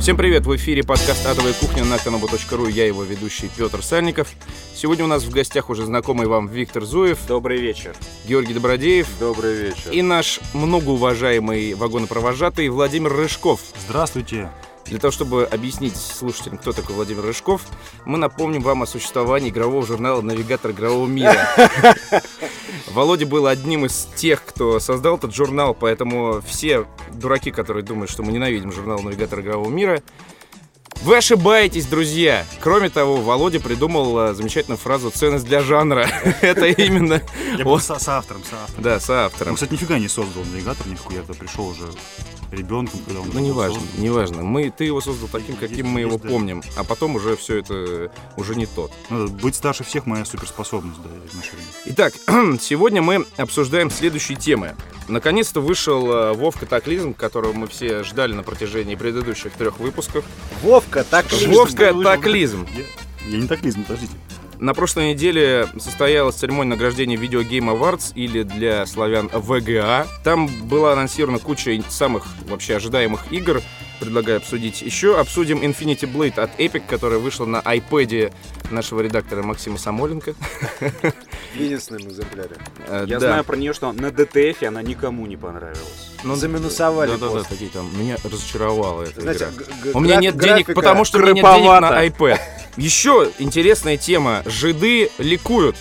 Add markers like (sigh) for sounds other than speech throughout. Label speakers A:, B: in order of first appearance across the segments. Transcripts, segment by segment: A: Всем привет! В эфире подкаст «Адовая кухня» на kanobu.ru. Я его ведущий Петр Сальников. Сегодня у нас в гостях уже знакомый вам Виктор Зуев,
B: Добрый вечер.
A: Георгий Добродеев
B: Добрый вечер.
A: и наш многоуважаемый вагонопровожатый Владимир Рыжков.
C: Здравствуйте.
A: Для того, чтобы объяснить слушателям, кто такой Владимир Рыжков, мы напомним вам о существовании игрового журнала «Навигатор игрового
C: (laughs)
A: мира». Володя был одним из тех, кто создал этот журнал, поэтому все дураки, которые думают, что мы ненавидим журнал «Навигатор игрового мира», вы ошибаетесь, друзья! Кроме того, Володя придумал э, замечательную фразу «ценность для жанра». (laughs) Это именно, Вот.
C: Я был со- соавтором, соавтором.
A: да,
C: Он,
A: соавтором.
C: кстати, нифига не создал навигатор никакой. Я туда пришел уже ребенком, когда он
A: Ну, неважно,
C: создан.
A: неважно. Мы, ты его создал таким, каким мы его
C: Есть, да.
A: помним. А потом уже все это э, уже не тот.
C: Ну, быть старше всех моя суперспособность, да, изначально.
A: Итак, (clears throat) сегодня мы обсуждаем следующие темы. Наконец-то вышел э, Вов Катаклизм, которого мы все ждали на протяжении предыдущих трех выпусков.
B: Вовка, так
A: Ж- Вов Катаклизм.
C: Я, я не таклизм, подождите.
A: На прошлой неделе состоялась церемония награждения Video Game Awards или для славян ВГА. Там была анонсирована куча самых вообще ожидаемых игр. Предлагаю обсудить. Еще обсудим Infinity Blade от Epic, которая вышла на iPad нашего редактора Максима Самоленко.
D: единственным экземпляре.
A: Э,
B: Я
A: да.
B: знаю про нее, что на ДТФ она никому не понравилась.
A: Ну,
D: Заминусовали
A: Да-да-да,
D: пост.
A: такие там. Меня разочаровала эта
D: Знаете,
A: игра.
D: г- г-
A: У меня
D: граф-
A: нет денег,
D: графика
A: потому что у меня нет денег
D: храповата.
A: на iPad. Еще интересная тема. Жиды ликуют.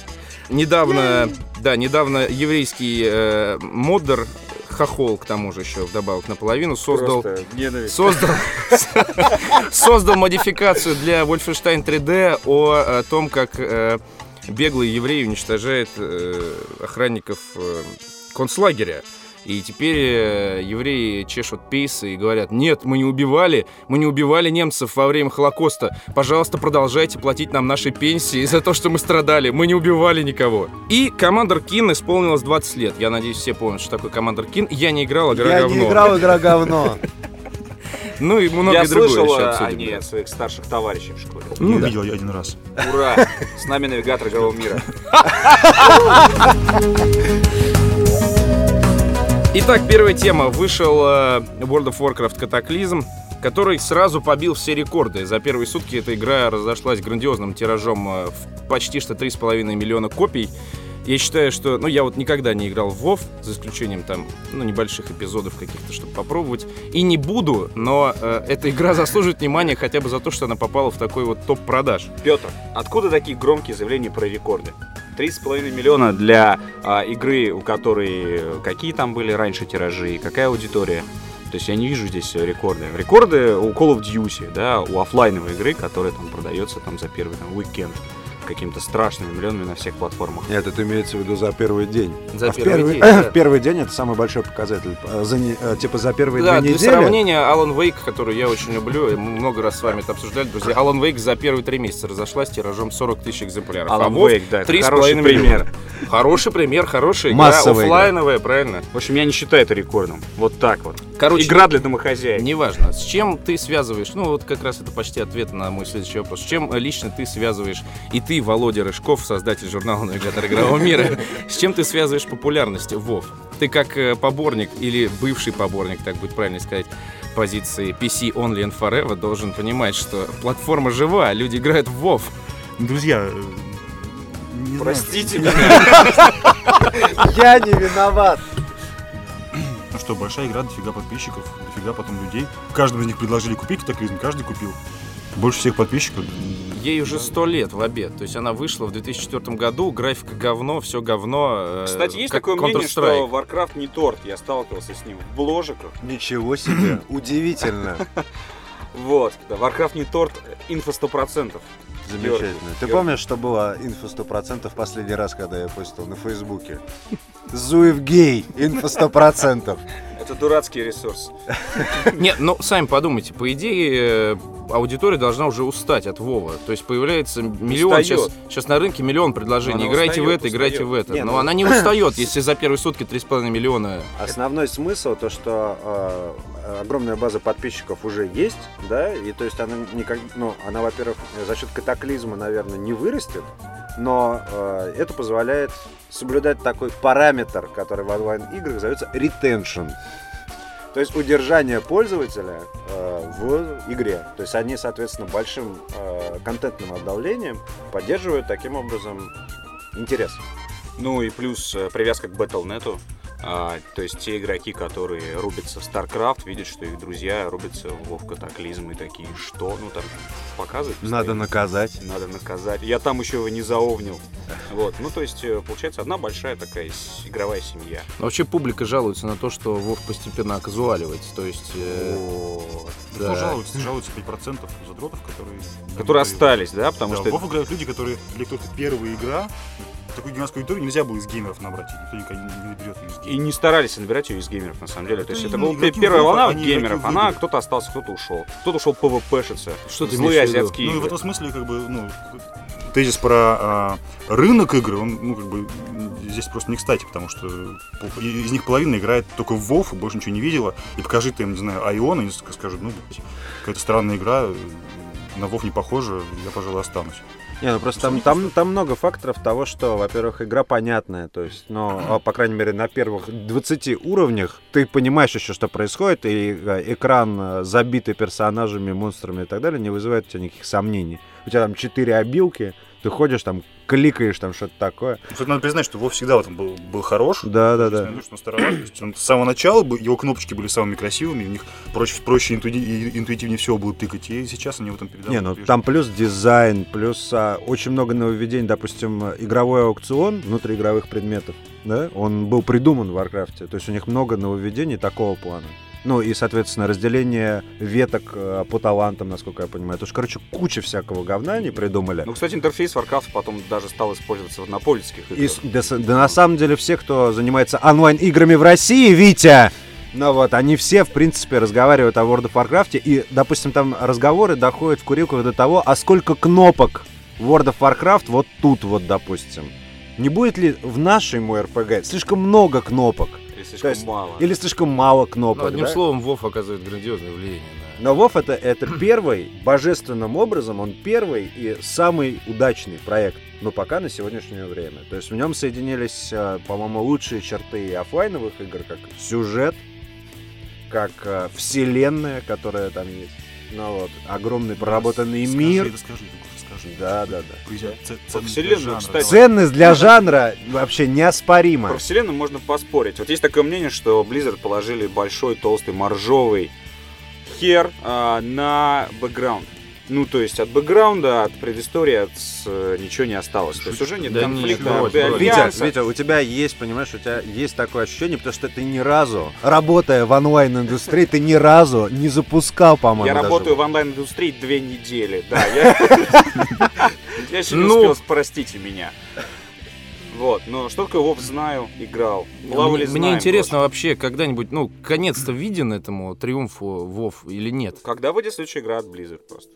A: Недавно, да, недавно еврейский э, моддер, хохол к тому же еще вдобавок наполовину, создал...
B: Просто ненависть.
A: Создал, создал модификацию для Wolfenstein 3D о, э, том, как э, беглый еврей уничтожает э, охранников э, концлагеря. И теперь э, евреи чешут пейсы и говорят, нет, мы не убивали, мы не убивали немцев во время Холокоста. Пожалуйста, продолжайте платить нам наши пенсии за то, что мы страдали. Мы не убивали никого. И Командер Кин исполнилось 20 лет. Я надеюсь, все помнят, что такое Командер Кин. Я не играл, а игра
D: Я
A: говно.
D: не играл,
A: (laughs)
D: игра говно.
A: Ну и многое
B: Я
A: другое
B: слышал а,
A: еще
B: о
A: обсудим.
B: ней от своих старших товарищей в школе.
A: Ну
C: я
A: да.
C: видел её один раз.
B: Ура! С нами навигатор игрового мира.
A: Итак, первая тема. Вышел э, World of Warcraft Катаклизм, который сразу побил все рекорды. За первые сутки эта игра разошлась грандиозным тиражом э, в почти что 3,5 миллиона копий. Я считаю, что... Ну, я вот никогда не играл в WoW, за исключением там, ну, небольших эпизодов каких-то, чтобы попробовать. И не буду, но э, эта игра заслуживает внимания хотя бы за то, что она попала в такой вот топ продаж.
B: Петр, откуда такие громкие заявления про рекорды? 3,5 миллиона для а, игры, у которой э, какие там были раньше тиражи, какая аудитория? То есть я не вижу здесь э, рекорды. Рекорды у Call of Duty, да, у оффлайновой игры, которая там продается там за первый там, уикенд какими-то страшными миллионами на всех платформах.
D: Нет, это имеется в виду за первый день.
A: За
D: А в
A: первый (clears throat)
D: первый,
A: день, да.
D: (coughs) в первый день это самый большой показатель. А, за не- а, типа за первые
A: Да,
D: две
A: для
D: недели.
A: сравнения, Алан Вейк, который я очень люблю, и мы много раз с вами это обсуждали, друзья, Алан Вейк за первые три месяца разошлась тиражом 40 тысяч экземпляров. А
B: Alan
A: Вов-
B: Wake, да, это
A: 3,5
B: хороший
A: миллиона.
B: пример.
A: Хороший пример, хорошая игра,
D: Массовая игра.
A: оффлайновая, правильно?
B: В общем, я не считаю это рекордом. Вот так вот.
A: Короче,
B: Игра для домохозяек.
A: Э, неважно, с чем ты связываешь, ну вот как раз это почти ответ на мой следующий вопрос, с чем э, лично ты связываешь, и ты, Володя Рыжков, создатель журнала «Навигатор игрового мира», (laughs) с чем ты связываешь популярность Вов? Ты как э, поборник, или бывший поборник, так будет правильно сказать, позиции PC Only and Forever должен понимать, что платформа жива, люди играют в WoW.
C: Друзья, э, не знаю,
B: Простите меня.
D: Я не виноват.
C: Ну что, большая игра, дофига подписчиков, дофига потом людей. Каждому из них предложили купить катаклизм, каждый купил. Больше всех подписчиков.
A: Ей уже сто лет в обед, то есть она вышла в 2004 году, графика говно, все говно. э,
B: Кстати, есть
A: как
B: такое мнение, что
A: Counter-Strike.
B: Warcraft не торт. Я сталкивался с ним в бложиках.
D: Ничего себе. Удивительно.
B: Вот, да, Warcraft не торт, э, инфа 100%.
D: Замечательно. Ты
B: Георгий.
D: помнишь, что было инфо 100% в последний раз, когда я постил на Фейсбуке? Зуев гей, инфо 100%.
B: Это дурацкий ресурс.
A: Нет, ну сами подумайте, по идее э, аудитория должна уже устать от Вова. То есть появляется миллион сейчас,
B: Устает.
A: сейчас на рынке миллион предложений.
B: Она
A: играйте в
B: устает,
A: это, играйте
B: устает.
A: в это.
D: Не,
A: Но
D: ну-
A: она не устает, если за первые сутки 3,5 миллиона.
D: Основной смысл то, что э, огромная база подписчиков уже есть, да, и то есть она никак, ну, она, во-первых, за счет катаклизма, наверное, не вырастет, но э, это позволяет соблюдать такой параметр, который в онлайн-играх зовется retention. То есть удержание пользователя э, в игре. То есть они, соответственно, большим э, контентным обновлением поддерживают таким образом интерес.
B: Ну и плюс э, привязка к Battle.net. А, то есть те игроки, которые рубятся в StarCraft, видят, что их друзья рубятся в WoW Катаклизм и такие, что? Ну там же показывают.
E: Надо
B: постоянно.
E: наказать.
B: Надо наказать. Я там еще его не заовнил. Вот. Ну, то есть, э, получается, одна большая такая с- игровая семья.
A: Но Вообще публика жалуется на то, что Вов постепенно казуаливается. То есть, э,
C: Да.
A: да.
C: жалуются, жалуются 5% задротов, которые...
B: Которые остались, Ну да? Потому
C: Потому что...
B: что...
C: Вов играют люди, которые... Для кто-то первая игра, такую гигантскую аудиторию нельзя было из геймеров набрать. и Никто никогда не наберет ее из
B: И
C: геймеров.
B: не старались набирать ее из геймеров, на самом деле. То есть
C: Это
B: это
C: не
B: была
C: игроки
B: первая
C: Вова,
B: волна
C: они игроки
B: геймеров. Она,
C: выиграли.
B: кто-то остался, кто-то ушел. Кто-то ушел ПВПшиться.
A: Что ты
B: Злые
A: имеешь в виду?
B: азиатские
C: Ну и в
B: игры.
C: этом смысле, как бы, ну, тезис про а, рынок игры, он, ну, как бы, здесь просто не кстати, потому что пол- из них половина играет только в WoW, больше ничего не видела, и покажи ты им, не знаю, Айон, они ск- скажут, ну, блядь, какая-то странная игра, э, на WoW не похожа, я, пожалуй, останусь.
D: Не, ну просто там, там, там много факторов того, что, во-первых, игра понятная, то есть, ну, а, по крайней мере, на первых 20 уровнях ты понимаешь еще, что происходит, и э, экран, э, забитый персонажами, монстрами и так далее, не вызывает у тебя никаких сомнений. У тебя там 4 обилки, ты ходишь там, кликаешь там что-то такое.
C: Кстати, надо признать, что WoW всегда в этом был, был хорош,
D: Да-да-да.
C: Несмотря на то, что он староват, то есть он с самого начала бы- его кнопочки были самыми красивыми, у них проще, проще интуи- и интуитивнее всего было тыкать, и сейчас они в этом передовые.
D: Не, ну там плюс дизайн, плюс а, очень много нововведений, допустим, э, игровой аукцион внутриигровых предметов, да, он был придуман в Варкрафте, то есть у них много нововведений такого плана. Ну и, соответственно, разделение веток э, по талантам, насколько я понимаю. То есть, короче, куча всякого говна они придумали.
B: Ну, кстати, интерфейс Warcraft потом даже стал использоваться в однопольских
D: И,
B: играх.
D: с- да, с- да на самом деле все, кто занимается онлайн-играми в России, Витя, ну вот, они все, в принципе, разговаривают о World of Warcraft, и, допустим, там разговоры доходят в курилках до того, а сколько кнопок в World of Warcraft вот тут вот, допустим. Не будет ли в нашей мой RPG слишком много кнопок?
B: Или
D: то
B: слишком
D: есть-
B: мало.
D: Или слишком мало кнопок,
A: Ну, одним
D: да?
A: словом, Вов оказывает грандиозное влияние на...
D: Но Вов это, это первый, божественным образом, он первый и самый удачный проект, но пока на сегодняшнее время. То есть в нем соединились, э, по-моему, лучшие черты оффлайновых игр, как сюжет, как э, вселенная, которая там есть. Ну вот, огромный проработанный
C: Скажи,
D: мир.
C: да скажи, ну, скажи.
D: Да, да, да.
C: Призя- ц-
B: Про
C: ценность
B: вселенную,
C: жанра,
B: кстати.
C: давай.
D: Ценность для жанра вообще неоспорима.
B: Про вселенную можно поспорить. Вот есть такое мнение, что Blizzard положили большой, толстый, моржовый хер а, на бэкграунд. Ну, то есть от бэкграунда, от предыстории, от с- э, ничего не осталось. То есть уже нет
A: Да нет,
B: конфликта,
A: брось,
B: от
A: брось.
D: Витя,
B: альянса.
D: Витя, у тебя есть, понимаешь, у тебя есть такое ощущение, потому что ты ни разу, работая в онлайн-индустрии, ты ни разу не запускал, по-моему,
B: Я
D: даже.
B: работаю в онлайн-индустрии две недели, да. Я
A: (laughs)
B: я (laughs) еще не
A: Ну.
B: успел, простите меня. Вот, но что такое Вов знаю, играл. Плавали
A: Мне, мне
B: Ну, знаем
A: интересно вообще, когда-нибудь, ну, конец-то виден этому триумфу Вов или нет?
B: просто. Когда выйдет следующая игра от Blizzard просто?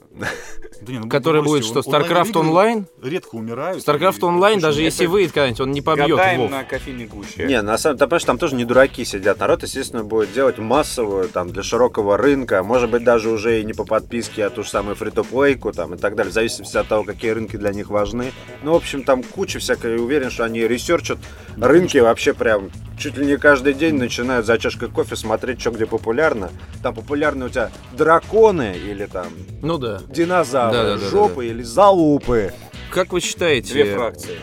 C: Да не, ну,
A: Который
C: бросьте,
A: будет что,
C: он-
A: StarCraft
C: онлайн-игры
A: Онлайн?
C: Редко умирают.
A: StarCraft
C: и-
A: Онлайн,
C: очень
A: даже
C: редко.
A: если выйдет когда-нибудь, он не побьет
B: Гадаем
A: Вов.
B: на кофейне гуще.
D: Не, на самом деле, там тоже не дураки сидят. Народ, естественно, будет делать массовую, там, для широкого рынка, а может быть, даже уже и не по подписке, а ту же самую фри плейку там, и так далее, в зависимости от того, какие рынки для них важны. Ну, в общем, там куча всякой, уверен, что они ресерчат рынки вообще прям чуть ли не каждый день начинают за чашкой кофе смотреть, что где популярно. Там популярны у тебя драконы или там
A: Ну да.
D: динозавры,
A: Да-да-да-да-да.
D: жопы или залупы.
A: Как вы считаете,
B: Две фракции.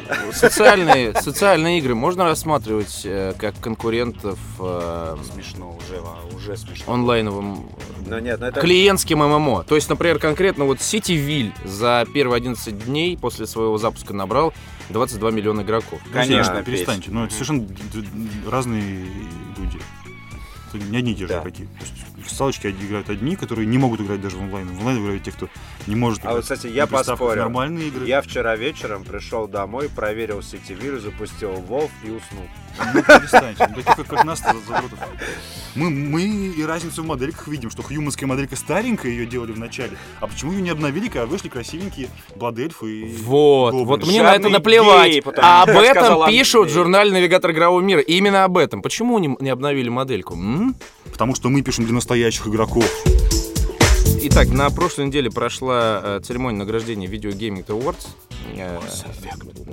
A: социальные, социальные игры можно рассматривать э, как конкурентов э,
B: Смешно уже, а, уже смешно.
A: онлайновым
D: Но нет, ну это...
A: клиентским ММО. То есть, например, конкретно вот Ситивиль за первые 11 дней после своего запуска набрал 22 миллиона игроков.
B: Конечно,
C: Да, перестаньте. Ну, это
B: Мгм.
C: совершенно д- д- разные люди. Это не одни и те же
B: Да.
C: игроки. То есть в салочке одни- играют одни, которые не могут играть даже в онлайн. В онлайн играют те, кто не может
D: А
C: играть.
D: вот, кстати, я
C: На приставках
D: поспорил.
C: Нормальные игры.
D: Я вчера вечером пришел домой, проверил сетевир, запустил Волф и уснул.
C: Ну, перестаньте. Ну, таких, как- как нас, за- задротов. Мы, мы и разницу в модельках видим, что хьюманская моделька старенькая, ее делали в начале. А почему ее не обновили, когда вышли красивенькие бладельфы и...
A: Вот,
C: Гоблин.
A: вот мне на это
B: Жадные
A: наплевать.
B: геи, потому
A: а
B: что
A: об
B: так
A: этом
B: сказал
A: пишут
B: Андрей.
A: журнал «Навигатор игрового мира». И именно об этом. Почему не, не обновили модельку? м?
C: Потому что мы пишем для настоящих игроков.
A: Итак, на прошлой неделе прошла э, церемония награждения Video Gaming Awards. э,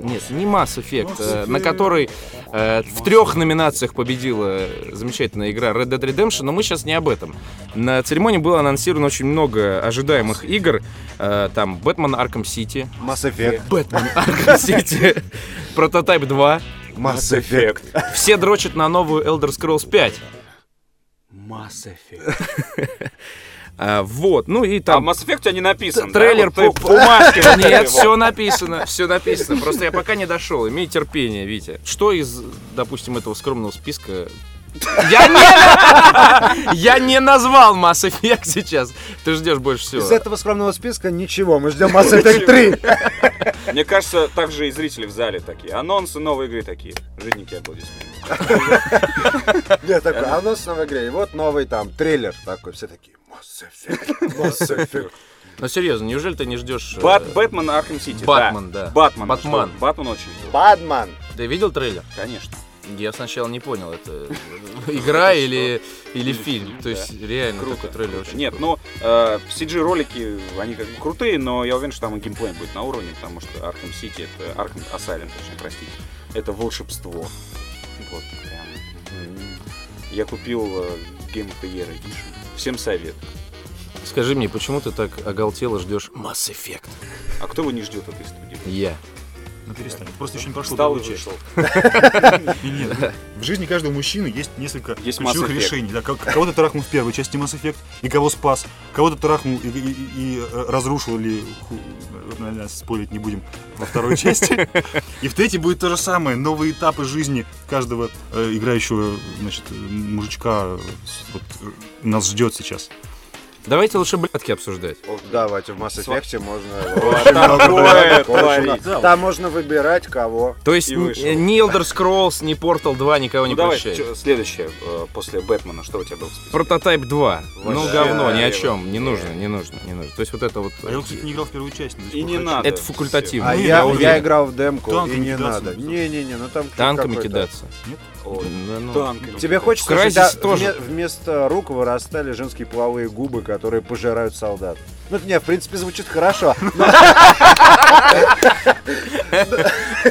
A: Нет, не Mass Effect,
C: Mass
A: э, на
C: Effect.
A: который э, в трех номинациях победила замечательная игра Red Dead Redemption, но мы сейчас не об этом. На церемонии было анонсировано очень много ожидаемых игр. Э, Там Batman Arkham City,
D: Mass Effect.
A: Batman (laughs) Arkham City, Prototype 2.
D: Mass Effect.
A: Все дрочат на новую Elder Scrolls 5.
B: Mass Effect.
A: (laughs) А, Вот, ну и
B: Там
A: там...
B: Mass Effect у тебя не написан.
A: Т- трейлер
B: да? Вот
A: по-
B: ты бумажки вот
A: (laughs)
B: этой
A: Нет,
B: вот.
A: все написано, все написано. Просто я пока не дошел. Имей терпение, Витя. Что из, допустим, этого скромного списка... Я не, я не (laughs) назвал Mass Effect сейчас. Ты ждешь больше всего.
D: Из этого скромного списка ничего, мы ждем Mass Effect 3.
B: Мне кажется, также и зрители в зале такие. Анонсы новой игры такие. Жидники аплодисменты.
D: Нет, такой, а у нас в игре, и вот новый там трейлер такой, все такие, Mass Effect, Mass Effect.
A: Но серьезно, неужели ты не ждешь... э,
B: Бат- Бэтмен Архем Сити.
A: Батман, да.
B: Батман.
A: Батман.
B: что? Батман очень ждал.
D: Бадман.
A: Ты видел трейлер?
B: Конечно.
A: Я сначала не понял, это игра или, или фильм. То есть реально
B: Круто.
A: такой трейлер очень
B: Нет,
A: крутой.
B: ну, э, CG-ролики, они как бы крутые, но я уверен, что там и геймплей будет на уровне, потому что Архем Сити, это Архем Асайлен, точнее, простите, это волшебство. Вот, прям. м. Я купил э, Game of the Year Edition. Всем совет.
A: Скажи мне, почему ты так оголтело ждешь Mass Effect?
B: А кто его не ждет этой студии?
A: Я.
C: Ну перестань, просто еще не прошло
B: Встал и
C: другого
B: (laughs) вышел.
C: часа. Не, не, ну, (laughs) В жизни каждого мужчины есть несколько
B: Есть
C: ключевых
B: Mass Effect.
C: решений. Да, ко- кого-то трахнул в первой части Mass Effect, и кого спас, кого-то трахнул и, и- и- и разрушил, или ху- наверное, спорить не будем во второй части. И в третьей будет то же самое, новые этапы жизни каждого э, играющего, значит, э, мужичка э, с- вот, э, нас ждет сейчас.
A: Давайте лучше блядки обсуждать.
D: Давайте в Mass Effect можно...
B: Вот такое
D: Очень
B: творит.
D: много. Там можно выбирать кого.
A: То есть
B: И
A: н-
B: вышел.
A: э, ни Elder Scrolls, ни Portal 2 никого
B: Ну
A: не
B: давай,
A: прощает.
B: чё, следующее, э, после Бэтмена, что у тебя было? в списке?
A: Прототайп 2. Ну
B: Вообще,
A: говно, ни о
B: наверное.
A: чем. Не нужно, не нужно, не нужно. То есть вот это вот... э,
C: А я, вот, кстати, не играл в первую часть. но до сих
B: И
C: пор
B: не
C: хочу.
B: надо.
A: Это факультативно.
D: А
C: Ну,
D: я,
C: я
D: я
C: уверен.
D: играл в демку, и
C: Танками
D: не
C: кидаться
D: надо.
C: нужно.
D: Не-не-не, ну там...
A: Танками
D: какой-то-
A: кидаться.
B: Ой,
A: Да ну.
B: танк.
D: Тебе хочется,
A: В Crysis
D: чтобы тебя
A: тоже.
D: вме- вместо рук вырастали женские половые губы, которые пожирают солдат. Ну, не, в принципе, звучит хорошо. но- (laughs)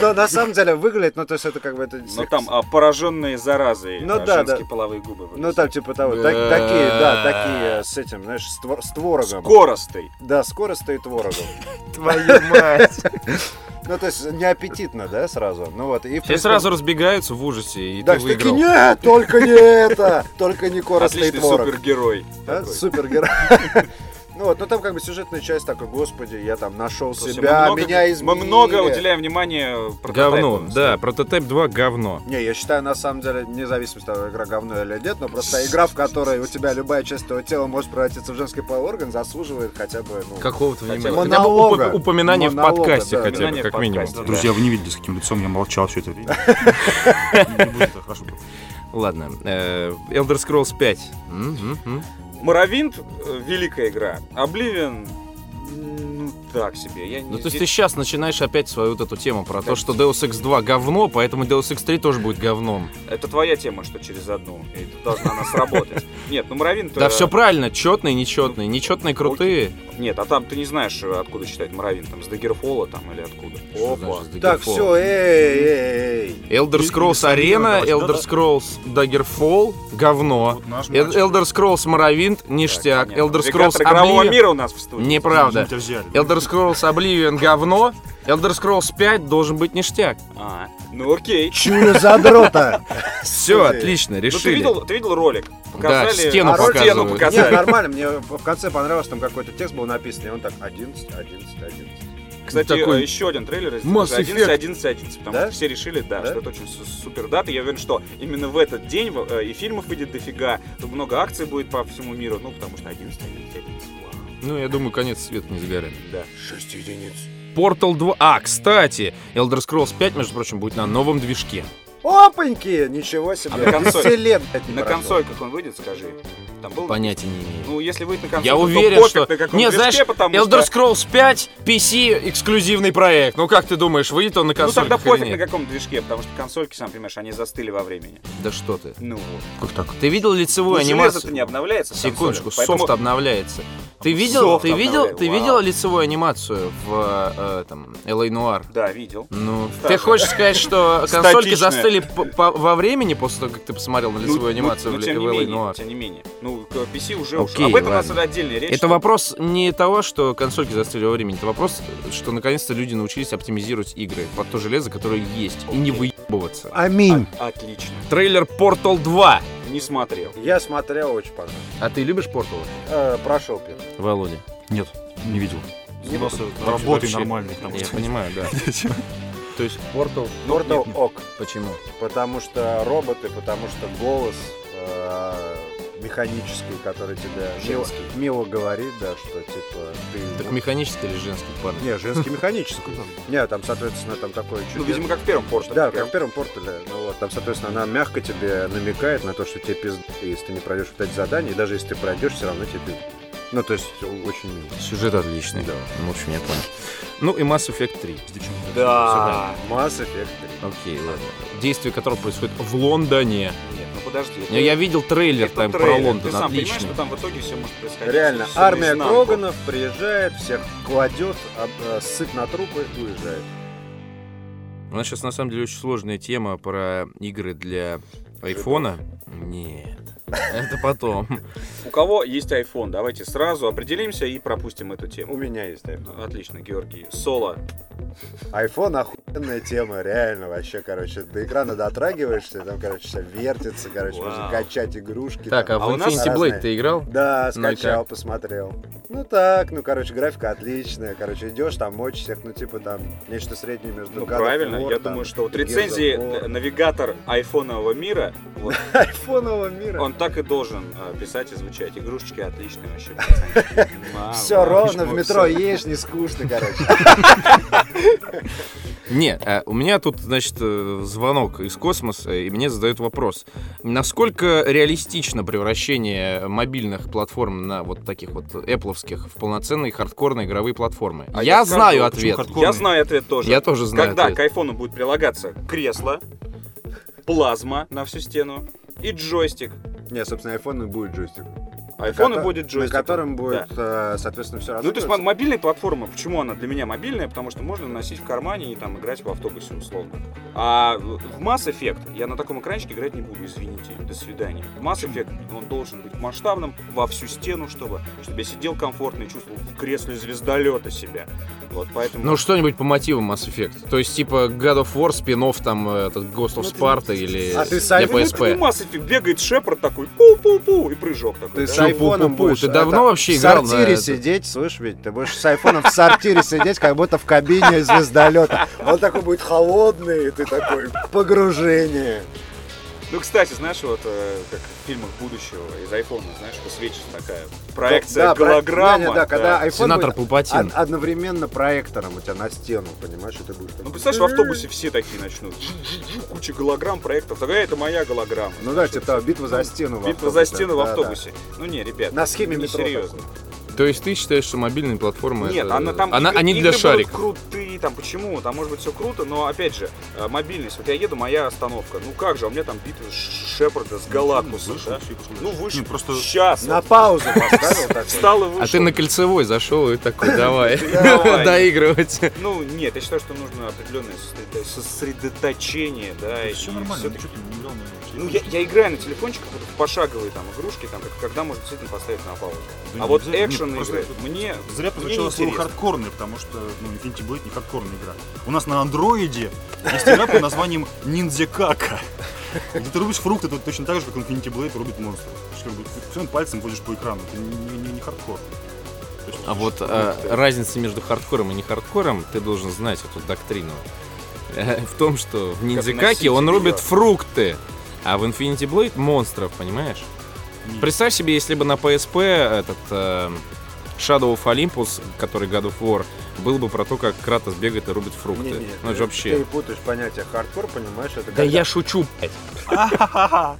D: Но на самом деле выглядит, ну, то есть это как бы... это
B: Ну
D: секс.
B: там а, пораженные заразой
D: Ну
B: а,
D: да,
B: женские
D: да.
B: половые губы.
D: Ну, там типа того. так-
A: Да.
D: Такие, да, такие э, с этим, знаешь, с твор- с творогом.
B: Скоростый.
D: Да, скорость и творогом.
A: (laughs) Твою мать.
D: Ну, то есть неаппетитно, да, сразу? Ну вот, и... в
A: Все
D: принципе,
A: сразу разбегаются в ужасе, и
D: Да,
A: ты
D: все таки,
A: выиграл.
D: нет, только не это, только
B: (laughs)
D: не коростный
B: Отличный
D: творог.
B: супергерой.
D: Да,
B: такой.
D: супергерой. (laughs) Ну вот, ну там как бы сюжетная часть такой, господи, я там нашел
B: Слушай,
D: себя,
B: мы много-
D: меня изменили.
B: Мы много уделяем внимания э,
A: Говно,
B: прототайпам.
A: да, прототайп 2 говно.
D: Не, я считаю, на самом деле, независимо от того, игра говно или нет, но просто игра, в которой у тебя любая часть твоего тела может превратиться в женский половой орган, заслуживает хотя бы, ну...
A: Какого-то
B: Хотя
A: внимания.
B: бы
A: Хотя бы
D: монолога.
A: упо- упоминание в
D: Монолога,
A: подкасте
D: да.
A: хотя бы,
B: Упоминание
A: как
B: в
A: минимум.
B: подкасте,
C: Друзья, вы не видели, с каким лицом я молчал все это время. (laughs) Не будет это хорошо.
A: Ладно, э, Elder Scrolls 5. М, м, м.
B: Моровинт э, великая игра. Обливион ну так себе. Я не-
A: Ну, то есть ты
B: здесь-
A: сейчас начинаешь опять свою вот эту тему про то,
B: Да.
A: что Deus Ex 2 говно, поэтому Deus Ex 3 тоже будет говном.
B: Это твоя тема, что через одну. И это должна
A: (laughs)
B: она сработать. Нет, ну Моровинт...
A: Да
B: э,
A: все правильно, четные, нечетные, нечетные крутые.
B: Нет, а там ты не знаешь, э, откуда читать Моровинт. Там с Дагерфола там или откуда.
A: Что значит Daggerfall?
D: Так, все, эй, эй, эй.
A: Elder
C: Или-
A: Scrolls
C: или
A: Arena,
C: сравнивать,
A: Elder
C: да-да.
A: Scrolls Daggerfall, говно.
C: Вот наш
A: Э-
C: мальчик.
A: Elder Scrolls Morrowind, ништяк.
B: Так, понятно.
A: а Elder Scrolls
B: Навигаторы игрового
A: Oblivion,
B: мира у нас в студии.
A: неправда.
C: Тебя взяли.
A: Elder Scrolls Oblivion, говно. Elder Scrolls 5 должен быть ништяк.
B: А, ну окей.
D: Чуя (laughs) задрота.
A: Все,
D: Слушай,
A: отлично,
B: Ну, ты
A: решили.
B: видел, ты видел ролик? Показали...
A: стену
B: А,
A: показывают.
D: Нет,
B: показали.
D: нормально, мне в конце понравился, там какой-то текст был написан, и он так, 11, 11, 11.
B: Кстати,
A: Такой
B: э, еще один трейлер из
A: Mass
B: 11,
A: Effect.
B: 11, 11, потому
D: Да?
B: что все решили, да,
D: Да?
B: что это очень су- супер дата. Я уверен, что именно в этот день в- э, и фильмов выйдет дофига, тут много акций будет по всему миру, ну, потому что 11, 11, 11, вау.
A: Ну, я думаю, конец света не за горами.
B: Да.
D: 6 единиц.
A: Portal 2. А, кстати, Elder Scrolls 5, между прочим, будет на новом движке.
D: Опаньки! Ничего себе!
B: А на консоль?
D: Все лет, блядь, не
B: На
D: прошло.
B: консоль, как он выйдет, скажи. там был?
A: Понятия не имею.
B: Ну, если выйдет на концерт,
A: Я
B: то
A: уверен,
B: пофиг,
A: что...
B: на каком
A: Не,
B: движке,
A: знаешь,
B: потому
A: Elder
B: что-
A: Scrolls 5 PC эксклюзивный проект. Ну как ты думаешь, выйдет он на
B: Ну,
A: консоль?
B: тогда пофиг на каком движке, потому что консольки, сам понимаешь, они застыли во времени.
A: Да что ты.
B: Ну, вот.
C: Как так?
A: Ты видел лицевую
B: Ну,
A: анимацию?
B: железо-то не обновляется с
A: Секундочку,
B: консолей, поэтому-
A: софт обновляется. Ты видел,
B: Софт
A: ты видел,
B: обновляет,
A: ты
B: вау.
A: видела лицевую анимацию в э, там LA Noir?
B: Да, видел.
A: Ну,
B: Статичная.
A: ты хочешь сказать,
B: (laughs)
A: что
B: Статичная.
A: консольки застыли по- по- во времени после того, как ты посмотрел на лицевую анимацию
B: ну,
A: в
B: тем не
A: LA
B: менее,
A: Noir?
B: тем не менее. Ну, к- PC уже
A: Окей,
B: ушел. Об этом у нас
A: ладно.
B: отдельная речь.
A: Это вопрос не того, что консольки застыли во времени, это вопрос, что наконец-то люди научились оптимизировать игры под то железо, которое есть, и не выебываться.
B: А
E: Аминь.
B: О- Отлично.
A: Трейлер Portal 2.
B: Не смотрел.
D: Я смотрел, очень понравилось.
A: А ты любишь Portal?
D: Э, Прошел первый.
A: Володя.
C: Нет, не видел.
B: Ну,
D: Не
C: Просто
B: вообще-
C: работай
B: вообще.
C: нормальный, потому
A: Я
C: что
A: понимаю, да. (laughs) То есть Portal
D: Mortal ок,
A: почему?
D: потому что роботы, потому что голос э, механический, который тебя мило, мило говорит, да, что типа ты...
A: Так механический или женский парень?
D: Не, женский механический. Не, там, соответственно, там такое чудо.
B: Ну, видимо, как в первом порте.
D: Да, как в первом портале. Ну вот, там, соответственно, она мягко тебе намекает на то, что тебе пизда, если ты не пройдешь вот эти задания, и даже если ты пройдешь, все равно тебе пизда. Ну, то есть, о- очень мило.
A: Сюжет отличный.
D: Да.
A: Ну, в общем, я понял. Ну и Mass Effect 3.
D: А.
B: Да.
D: Mass Effect
A: Окей, ладно. Действие которого происходит в Лондоне.
B: Нет, ну подожди.
A: Я, я видел трейлер
B: Это
A: там
B: трейлер.
A: про
B: Ты
A: Лондон,
B: сам понимаешь,
A: отличный.
B: что там в итоге все может
D: 3.
B: происходить.
D: Реально,
B: всё
D: армия
B: наизнанку.
D: Кроганов приезжает, всех кладет, об- э, сыт на трупы и уезжает.
A: У нас сейчас на самом деле очень сложная тема про игры для айфона. Нет. Это потом.
B: У кого есть iPhone, давайте сразу определимся и пропустим эту
D: У
B: тему.
D: меня есть iPhone.
B: Отлично, Георгий. Соло.
D: Айфон охуенная тема, реально вообще, короче, до экрана дотрагиваешься, и там, короче, все вертится, короче,
B: Вау.
D: можно качать
A: (laughs)
D: игрушки.
A: Так, а
D: там.
B: А
A: в
B: у нас
A: Infinity Blade
D: разные.
A: ты играл?
D: Да,
A: Ну и как?
D: скачал, посмотрел. Ну так, ну короче, графика отличная. Короче, идешь, там мочишь всех, ну типа там нечто среднее между
B: Ну,
D: God of
B: правильно,
D: War,
B: я
D: там,
B: думаю, что вот
D: Gears of
B: рецензии
D: War.
B: э, навигатор айфонового мира, вот,
D: айфонового мира.
B: он так и должен э, писать и звучать. Игрушечки отличные вообще.
D: (laughs)
B: пацаны. Мама,
D: Все ровно, в
B: А, почему
D: метро
B: всё?
D: едешь, не скучно, короче.
A: Нет, а у меня тут, значит, э, звонок из космоса, и мне задают вопрос. Насколько реалистично превращение мобильных платформ на вот таких вот эпловских в полноценные хардкорные игровые платформы?
B: А
A: я,
B: я скажу,
A: знаю
C: почему
A: ответ.
C: хардкорные?
B: Я знаю ответ тоже.
A: Я тоже знаю
B: Когда
A: ответ.
B: к айфону будет прилагаться кресло, плазма на всю стену и джойстик.
D: Не, собственно, айфон будет джойстик.
B: Айфоны
D: Кото-
B: будет
D: А На
B: джойстик.
D: котором будет, э, соответственно, все
B: Ну, то есть мо- мобильная платформа, почему она для меня мобильная? Потому что можно носить в кармане и там играть в автобусе условно. А в Mass Effect я на таком экранчике играть не буду, извините, до свидания. Mass Effect, он должен быть масштабным, во всю стену, чтобы, чтобы я сидел комфортно и чувствовал в кресле звездолета себя. Вот поэтому...
A: Ну, что-нибудь по мотивам Mass Effect. То есть, типа, God of War, спин там, э, этот Ghost of Sparta или
D: А ты
A: для
D: сами-
B: Ну, это
A: PSP.
B: не Mass Effect, бегает Шепард такой, пу-пу-пу, и прыжок такой.
D: Ты
B: да?
D: с
A: Чё,
D: айфоном
A: пу-пу-пу,
D: будешь,
A: ты
D: а,
A: давно
D: там,
A: вообще
D: в
A: играл на
D: сортире
A: это?
D: сидеть, слышь, ведь ты будешь с айфоном в сортире сидеть, как будто в кабине звездолета. Он такой будет холодный, и ты такой погружение.
B: Ну, кстати, знаешь, вот э, как в фильмах будущего из айфона, знаешь, высвечивается такая проекция,
D: Да, про-
B: голограмма.
D: Да, да, когда iPhone
A: Сенатор
D: будет
A: Палпатин.
D: од-
B: А,
D: одновременно проектором у тебя на стену, понимаешь, и ты будешь...
B: Ну,
D: такой,
B: представляешь, в автобусе все такие начнут. Куча голограмм проектов. Такая, это моя голограмма.
D: Ну да, типа того, битва за стену в
B: Битва
D: автобусе.
B: за стену в
D: Да, да.
B: автобусе. Ну не, ребят,
D: На схеме
B: не
D: метро
B: серьезно.
A: То есть, ты считаешь, что мобильные платформы...
B: а Нет,
A: это-
B: она там
A: она-
B: игры-
A: они
B: игры
A: для
B: будут
A: шариков.
B: крутые, там почему? Там может быть все круто, но опять же, э, мобильность. Вот я еду, моя остановка. Ну как же, у меня там битва Ш- Шепарда с Галакусом, да? Ну выше.
C: Не, просто-
B: Сейчас.
D: На (laughs) паузу
B: (laughs)
D: поставил такой.
B: Встал и вышел.
A: А ты на кольцевой зашел и
B: (laughs)
A: такой, давай,
B: Давай.
A: доигрывать.
B: Ну, нет, я считаю, что нужно определенное сосредо- сосредоточение, да, и
C: Все нормально,
B: всё-таки-
C: что ты не играл на
B: Ну, я, я играю на телефончиках, вот в пошаговые там игрушки, там, как- когда можно действительно поставить на паузу.
C: Да
B: а
C: не
B: вот
C: обязательно.
B: экшен
C: Нет,
B: игры
C: просто
B: мне...
C: Зря прозвучало слово
B: неинтересно.
C: хардкорный, потому что ну, Infinity Blade не хардкорная игра. У нас на андроиде есть игра под названием Ниндзя Кака. Где ты рубишь фрукты, тут точно так же, как Infinity Blade рубит монстров. То есть, как бы, ты все пальцем водишь по экрану, это не, не- не хардкор. То есть,
A: А вот э, разница между хардкором и не хардкором, ты должен знать эту доктрину. (laughs) Э, В том, что в Ниндзякаке он
B: носитель
A: рубит
B: её.
A: фрукты, а в Infinity Blade монстров, понимаешь?
C: не-
A: Представь себе, если бы на PSP этот э, Shadow of Olympus, который God of War, был бы про то, как Кратос бегает и рубит фрукты.
D: Не-не,
A: ну это
D: ты
A: же вообще...
D: Ты путаешь понятие хардкор, понимаешь, это
A: Да
D: когда-
A: я шучу, блядь.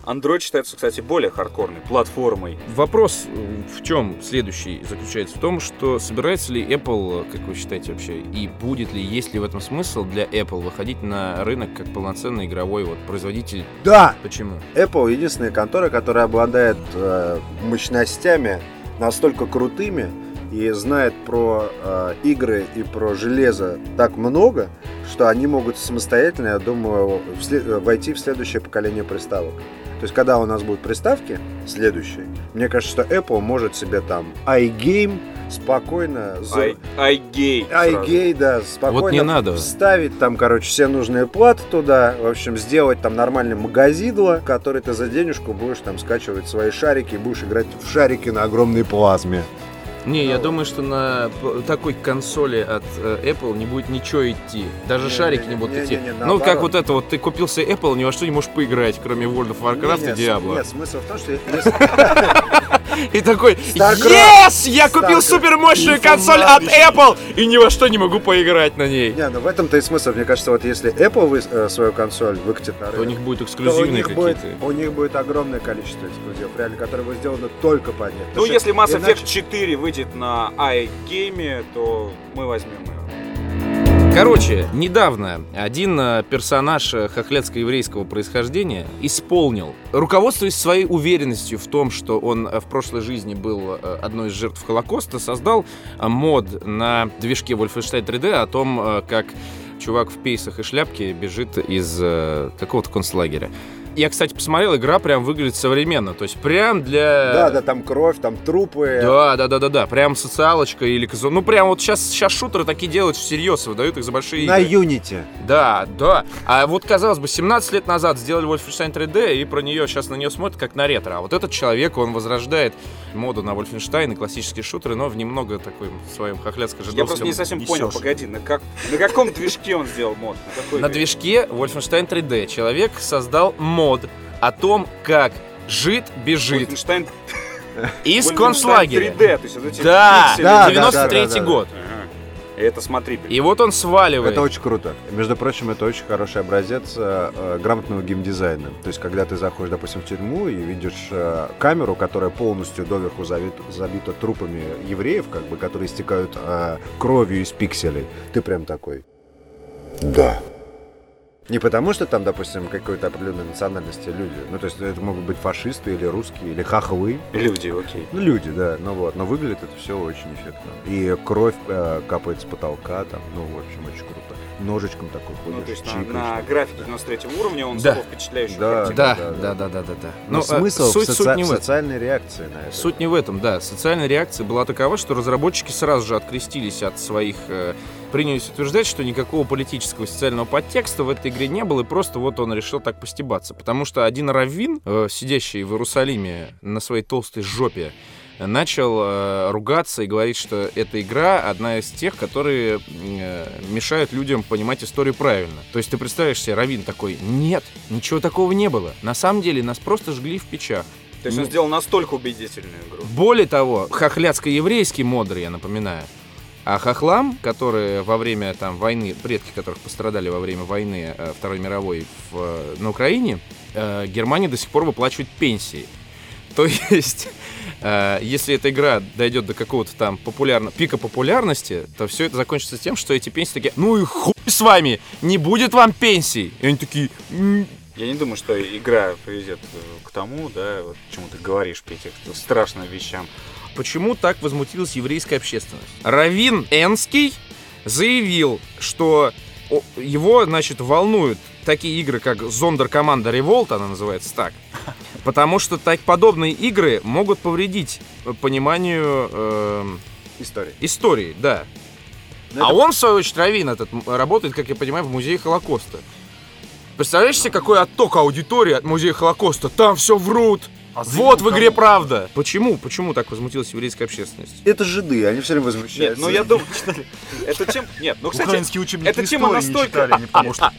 B: Android считается, кстати, более хардкорной платформой.
A: Вопрос э, в чем следующий заключается? В том, что собирается ли Apple, э, как вы считаете вообще, и будет ли, есть ли в этом смысл для Apple выходить на рынок как полноценный игровой вот производитель?
D: Да,
A: Почему?
D: Apple единственная контора, которая обладает э, мощностями настолько крутыми и знает про э, игры и про железо так много, что они могут самостоятельно, я думаю, в след- э, войти в следующее поколение приставок. То есть, когда у нас будут приставки, следующие, мне кажется, что Apple может себе там iGame спокойно... за-
B: Ай- Айгей. сразу.
D: iGay, да, спокойно
A: Вот не надо.
D: вставить там, короче, все нужные платы туда, в общем, сделать там нормальный магазидло, который ты за денежку будешь там скачивать свои шарики и будешь играть в шарики на огромной плазме.
A: Не, я думаю, что на п- такой консоли от э, Apple не будет ничего идти. Даже
D: Не,
A: шарики
D: не,
A: не,
D: не,
A: будут
D: не,
A: идти.
D: не, не,
A: ну,
D: наоборот.
A: как вот это вот, ты купил себе Apple, ни во что не можешь поиграть, кроме World of Warcraft
D: Не,
A: и
D: не,
A: Diablo.
D: Нет, смысл в том, что если-
A: И такой,
D: Starcraft.
A: yes, я купил
D: Starcraft.
A: супермощную консоль от Apple и ни во что не могу поиграть на ней.
D: Не, ну в этом-то и смысл. Мне кажется, вот если Apple вы- э, свою консоль выкатит на
A: То у
D: рынок,
A: них будут
D: то у
A: эксклюзивные
D: них будет,
A: какие-то.
D: у них будет огромное количество эксклюзивов, реально, которые будут сделаны только по ней.
B: Ну,
D: Потому что
B: если Mass Effect
D: иначе-
B: 4 выйдет на iGame, то мы возьмем его.
A: Короче, недавно один э, персонаж э, хохлядско-еврейского происхождения исполнил, руководствуясь своей уверенностью в том, что он э, в прошлой жизни был э, одной из жертв Холокоста, создал э, мод на движке Wolfenstein 3D о том, э, как чувак в пейсах и шляпке бежит из э, какого-то концлагеря. Я, кстати, посмотрел, игра прям выглядит современно, то есть прям для...
D: Да, да, там кровь, там трупы.
A: э, Да, да, да, да, да. Прям социалочка или казу. Ну, прям вот сейчас, сейчас шутеры такие делают всерьез, выдают их за большие
D: На
A: игры.
D: Unity.
A: Да, да. А вот, казалось бы, 17 лет назад сделали Wolfenstein 3D, и про нее сейчас на нее смотрят как на ретро. А вот этот человек, он возрождает моду на Wolfenstein и классические шутеры, но в немного такой своем хохлядско-жидовском...
B: Я просто не совсем понял,
C: несёшь.
B: погоди, на, как, на каком движке он сделал мод? На, какой
A: На
B: игре?
A: движке Wolfenstein 3D человек создал мод о том, как жид бежит
B: Wolfenstein-
A: из
B: Wolfenstein
A: концлагеря.
B: 3D, то есть вот эти
A: Да,
B: пиксели.
D: Да, да,
A: 93-й
D: да, да, да.
A: год.
B: Ага. И Это смотрибель.
A: И вот он сваливает.
D: Это очень круто. Между прочим, это очень хороший образец э, э, грамотного геймдизайна. То есть, когда ты заходишь, допустим, в тюрьму и видишь э, камеру, которая полностью доверху завит- забита трупами евреев, как бы, которые истекают э, кровью из пикселей, ты прям такой. Да. Не потому, что там, допустим, какой-то определенной национальности люди. Ну, то есть это могут быть фашисты или русские, или хахлы.
B: Люди, окей.
D: Ну, люди, да, ну вот. Но выглядит это все очень эффектно. И кровь э, капает с потолка, там, ну, в общем, очень круто. Ножичком такой ходишь,
B: Ну, то есть на,
D: чиркаешь.
B: на графике 93 уровня он
A: Да.
B: сделал впечатляющую
D: Да.
B: картину.
A: Да,
D: Да,
A: да, да, да, да, да. Ну,
D: Но
A: э,
D: смысл
A: суть,
D: в,
A: суть
D: соци-
A: не в этом.
D: социальной реакции на это.
A: Суть не в этом, да. Социальная реакция была такова, что разработчики сразу же открестились от своих... э, принялись утверждать, что никакого политического и социального подтекста в этой игре не было, и просто вот он решил так постебаться. Потому что один раввин, э, сидящий в Иерусалиме на своей толстой жопе, э, начал э, ругаться и говорить, что эта игра одна из тех, которые э, мешают людям понимать историю правильно. То есть ты представишь себе, Равин такой, нет, ничего такого не было. На самом деле нас просто жгли в печах.
B: То есть он
A: Ну.
B: сделал настолько убедительную игру.
A: Более того, хохляцко-еврейский модер, я напоминаю. А хохлам, которые во время там, войны, предки которых пострадали во время войны э, Второй мировой в, э, на Украине, э, Германия до сих пор выплачивает пенсии. (laughs) То есть, э, если эта игра дойдет до какого-то там популярно, пика популярности, то все это закончится тем, что эти пенсии такие, ну и хуй с вами, не будет вам пенсий. И они такие, «М,
B: Я не думаю, что игра приведет э, к тому, да, вот чему ты говоришь, Петя, к страшным вещам.
A: Почему так возмутилась еврейская общественность? Равин Энский заявил, что о- его, значит, волнуют такие игры, как Зондер Команда Револт, она называется так, потому что так подобные игры могут повредить э, пониманию эм,
D: История.
A: истории, да.
D: Но
A: а
D: это-
A: он, в свою очередь, Равин этот, м, работает, как я понимаю, в музее Холокоста. Представляешь себе, какой отток аудитории от музея Холокоста? Там все врут!
C: А
A: вот в
C: заебал
A: игре
C: кого?
A: правда! Почему? Почему так возмутилась еврейская общественность?
D: Это жиды, они все время
B: Нет,
D: возмущаются.
B: ну я
A: (laughs)
B: думаю, это тем... Нет, ну, кстати,
C: Украинские учебники
B: эта тема
C: истории не
B: настолько- А,
C: читали, не потому что...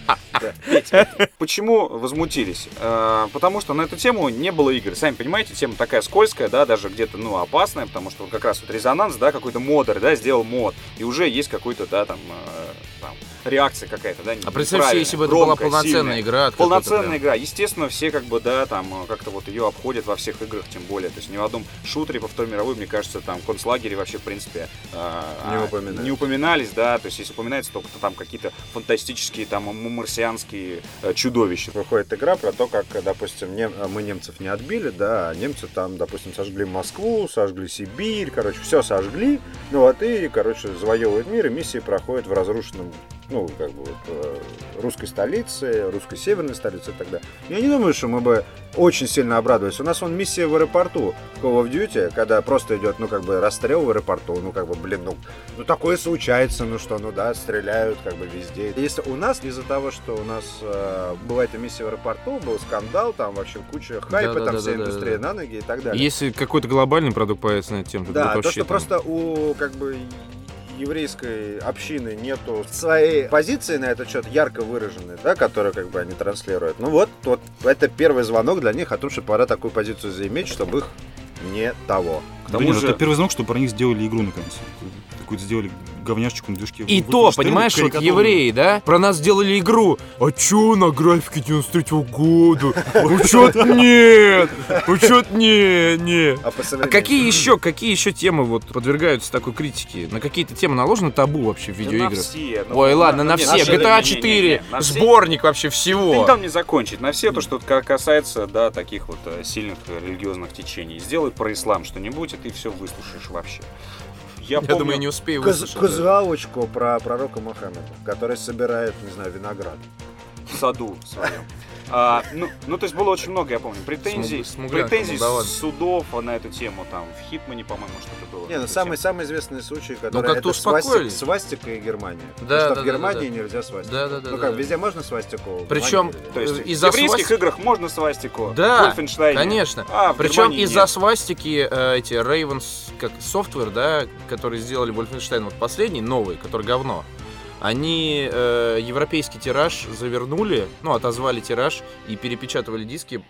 B: Почему возмутились? Э, Потому что на эту тему не было игр. Сами понимаете, тема такая скользкая, да, даже где-то, ну, опасная, потому что как раз вот резонанс, да, какой-то модер, да, сделал мод, и уже есть какой-то, да, там, э, там реакция какая-то, да?
A: А представьте, если бы это была полноценная игра. от какой-то
B: Полноценная
A: прям.
B: игра. Естественно, все как бы, да, там э, как-то вот ее обходят во всех играх, тем более. То есть ни в одном шутере по Второй мировой, мне кажется, там концлагере вообще, в принципе, э,
D: Не
B: а,
D: упоминают.
B: не упоминались, да. То есть если упоминается, только там какие-то фантастические, там, м- марсианские э, чудовища.
D: Выходит игра про то, как, э, допустим, нем- мы немцев не отбили, да, а немцы там, допустим, сожгли Москву, сожгли Сибирь, короче, все сожгли, ну вот и, короче, завоевывают мир, и миссии проходят в разрушенном, ну, как бы, вот, э, русской столице, русской северной столице и так далее. Я не думаю, что мы бы очень сильно обрадовались. У нас вон миссия в аэропорту в Call of Duty, когда просто идет, ну, как бы, расстрел в аэропорту, ну, как бы, блин, ну, ну, такое случается, ну что, ну да, стреляют как бы везде. Если у нас из-за того, что у нас э, была эта миссия в аэропорту, был скандал, там вообще куча хайпа,
A: Да-да-да-да-да-да.
D: там вся индустрия на ноги и так далее.
A: Если какой-то глобальный продукт появится на эту тему,
D: Да,
A: будет
D: то,
A: вообще
D: что
A: там-
D: просто у как бы еврейской общины нету своей позиции на этот счет ярко выраженной, да, которую как бы они транслируют. Ну вот, вот это первый звонок для них о том, что пора такую позицию заиметь, чтобы их не того.
B: К тому
C: Блин,
B: же-
C: это первый знак, что про них сделали игру наконец. Какую-то сделали говняшечку на движке.
A: И
C: Вы-
A: то,
C: вы смотрели,
A: понимаешь, вот
C: карикатурно.
A: евреи, да, про нас сделали игру. А чё на графике 93-го года?
B: (laughs)
A: Учет нет! Учет не, не.
D: А, по
A: А
D: современному-
A: какие еще, какие еще темы вот подвергаются такой критике? На какие-то темы наложено табу вообще в
B: Да на
A: видеоиграх?
B: все, ну,
A: Ой, ладно, на
B: не,
A: все.
B: не, не,
A: GTA
B: не, не, не,
A: 4,
B: на все.
A: сборник вообще
B: Ты не
A: всего.
B: дам мне закончить. На все то, что ка- касается, да, таких вот э, сильных э, религиозных течений. Сделай про ислам что-нибудь, и ты все выслушаешь вообще. Я,
A: Я
B: помню,
A: думаю, я не успею
D: Каз-
A: выслушать, да.
D: казуалочку про пророка Мухаммеда, который собирает, не знаю, виноград.
B: в саду своем. А, ну, ну, то есть было очень много, я помню, претензий,
A: Смуг- смуглянка,
B: претензий
A: ну да ладно.
B: судов на эту тему, там, в Хитмане, по-моему, что-то было. Типа,
D: Не, ну
B: Эту
D: самый,
B: тему.
D: самый известный случай,
A: Ну,
D: который
A: как-то
D: это свастик,
A: успокоились.
D: свастика и Германия. Потому
A: Да,
D: что
A: да,
D: в
A: да,
D: Германии
A: да,
D: нельзя свастику.
A: Да, да, да.
D: ну
A: да,
D: как,
A: да. э,
D: везде можно свастику? в
A: Причем-
D: Германии нельзя.
B: То есть
A: из-за
B: в еврейских
A: свасти-
B: играх можно свастику,
A: Да,
B: в Вольфенштайне.
A: Конечно.
B: А, в
A: Причем
B: Германии
A: из-за
B: нет.
A: свастики э, эти Ravens, как софтвер, да, который сделали Wolfenstein, вот последний, новый, который говно, они э, европейский тираж завернули, ну, отозвали тираж и перепечатывали диски.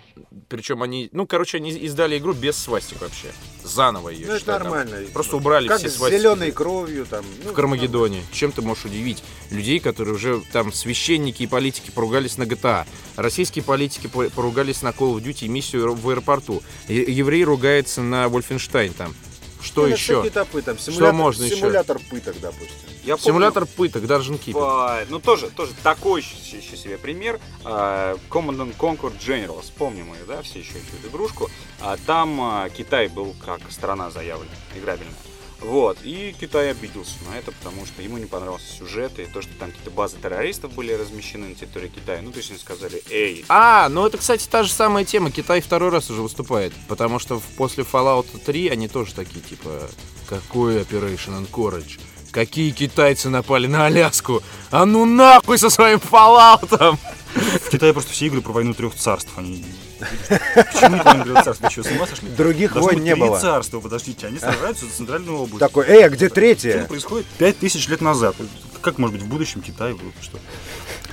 A: Причем они, ну, короче, они издали игру без свастик вообще. Заново ее,
D: Ну это нормально.
A: Просто убрали
D: как
A: все
D: с
A: свастики.
D: зеленой кровью там. ну,
A: В Кармагеддоне. Чем ты можешь удивить людей, которые уже там священники и политики поругались на GTA, российские политики по- поругались на Call of Duty и миссию в аэропорту, Е- еврей ругается на Вольфенштайн там.
D: ну,
A: Что
D: это
A: еще?
D: всякие топы, там, симулятор-
A: можно еще?
D: Симулятор пыток, допустим.
B: Я помню,
A: Симулятор пыток, Dungeon Keeper.
B: Ой, Ну тоже, тоже такой еще, еще себе пример. А, Command and Conquer Generals, помним ее, да, все еще эту игрушку. А там а, Китай был как страна заявлена, играбельная. Вот, и Китай обиделся на это, потому что ему не понравился сюжет и то, что там какие-то базы террористов были размещены на территории Китая. Ну, то есть они сказали, эй,
A: А, ну это, кстати, та же самая тема. Китай второй раз уже выступает. Потому что в- после Fallout 3 они тоже такие, типа, какой Operation Anchorage? Какие китайцы напали на Аляску? А ну нахуй со своим Fallout!
C: В Китае просто все игры про войну трех царств. Они... Почему не войну трех царств? Вы что, с ума сошли?
D: Других
C: Должно
D: войн
C: быть
D: не
C: три
D: было.
C: царства, подождите, они сражаются за центральную область.
D: Такой, эй, а где
C: Почему
D: третья?
C: происходит пять тысяч лет назад? Как может быть в будущем Китай будет что?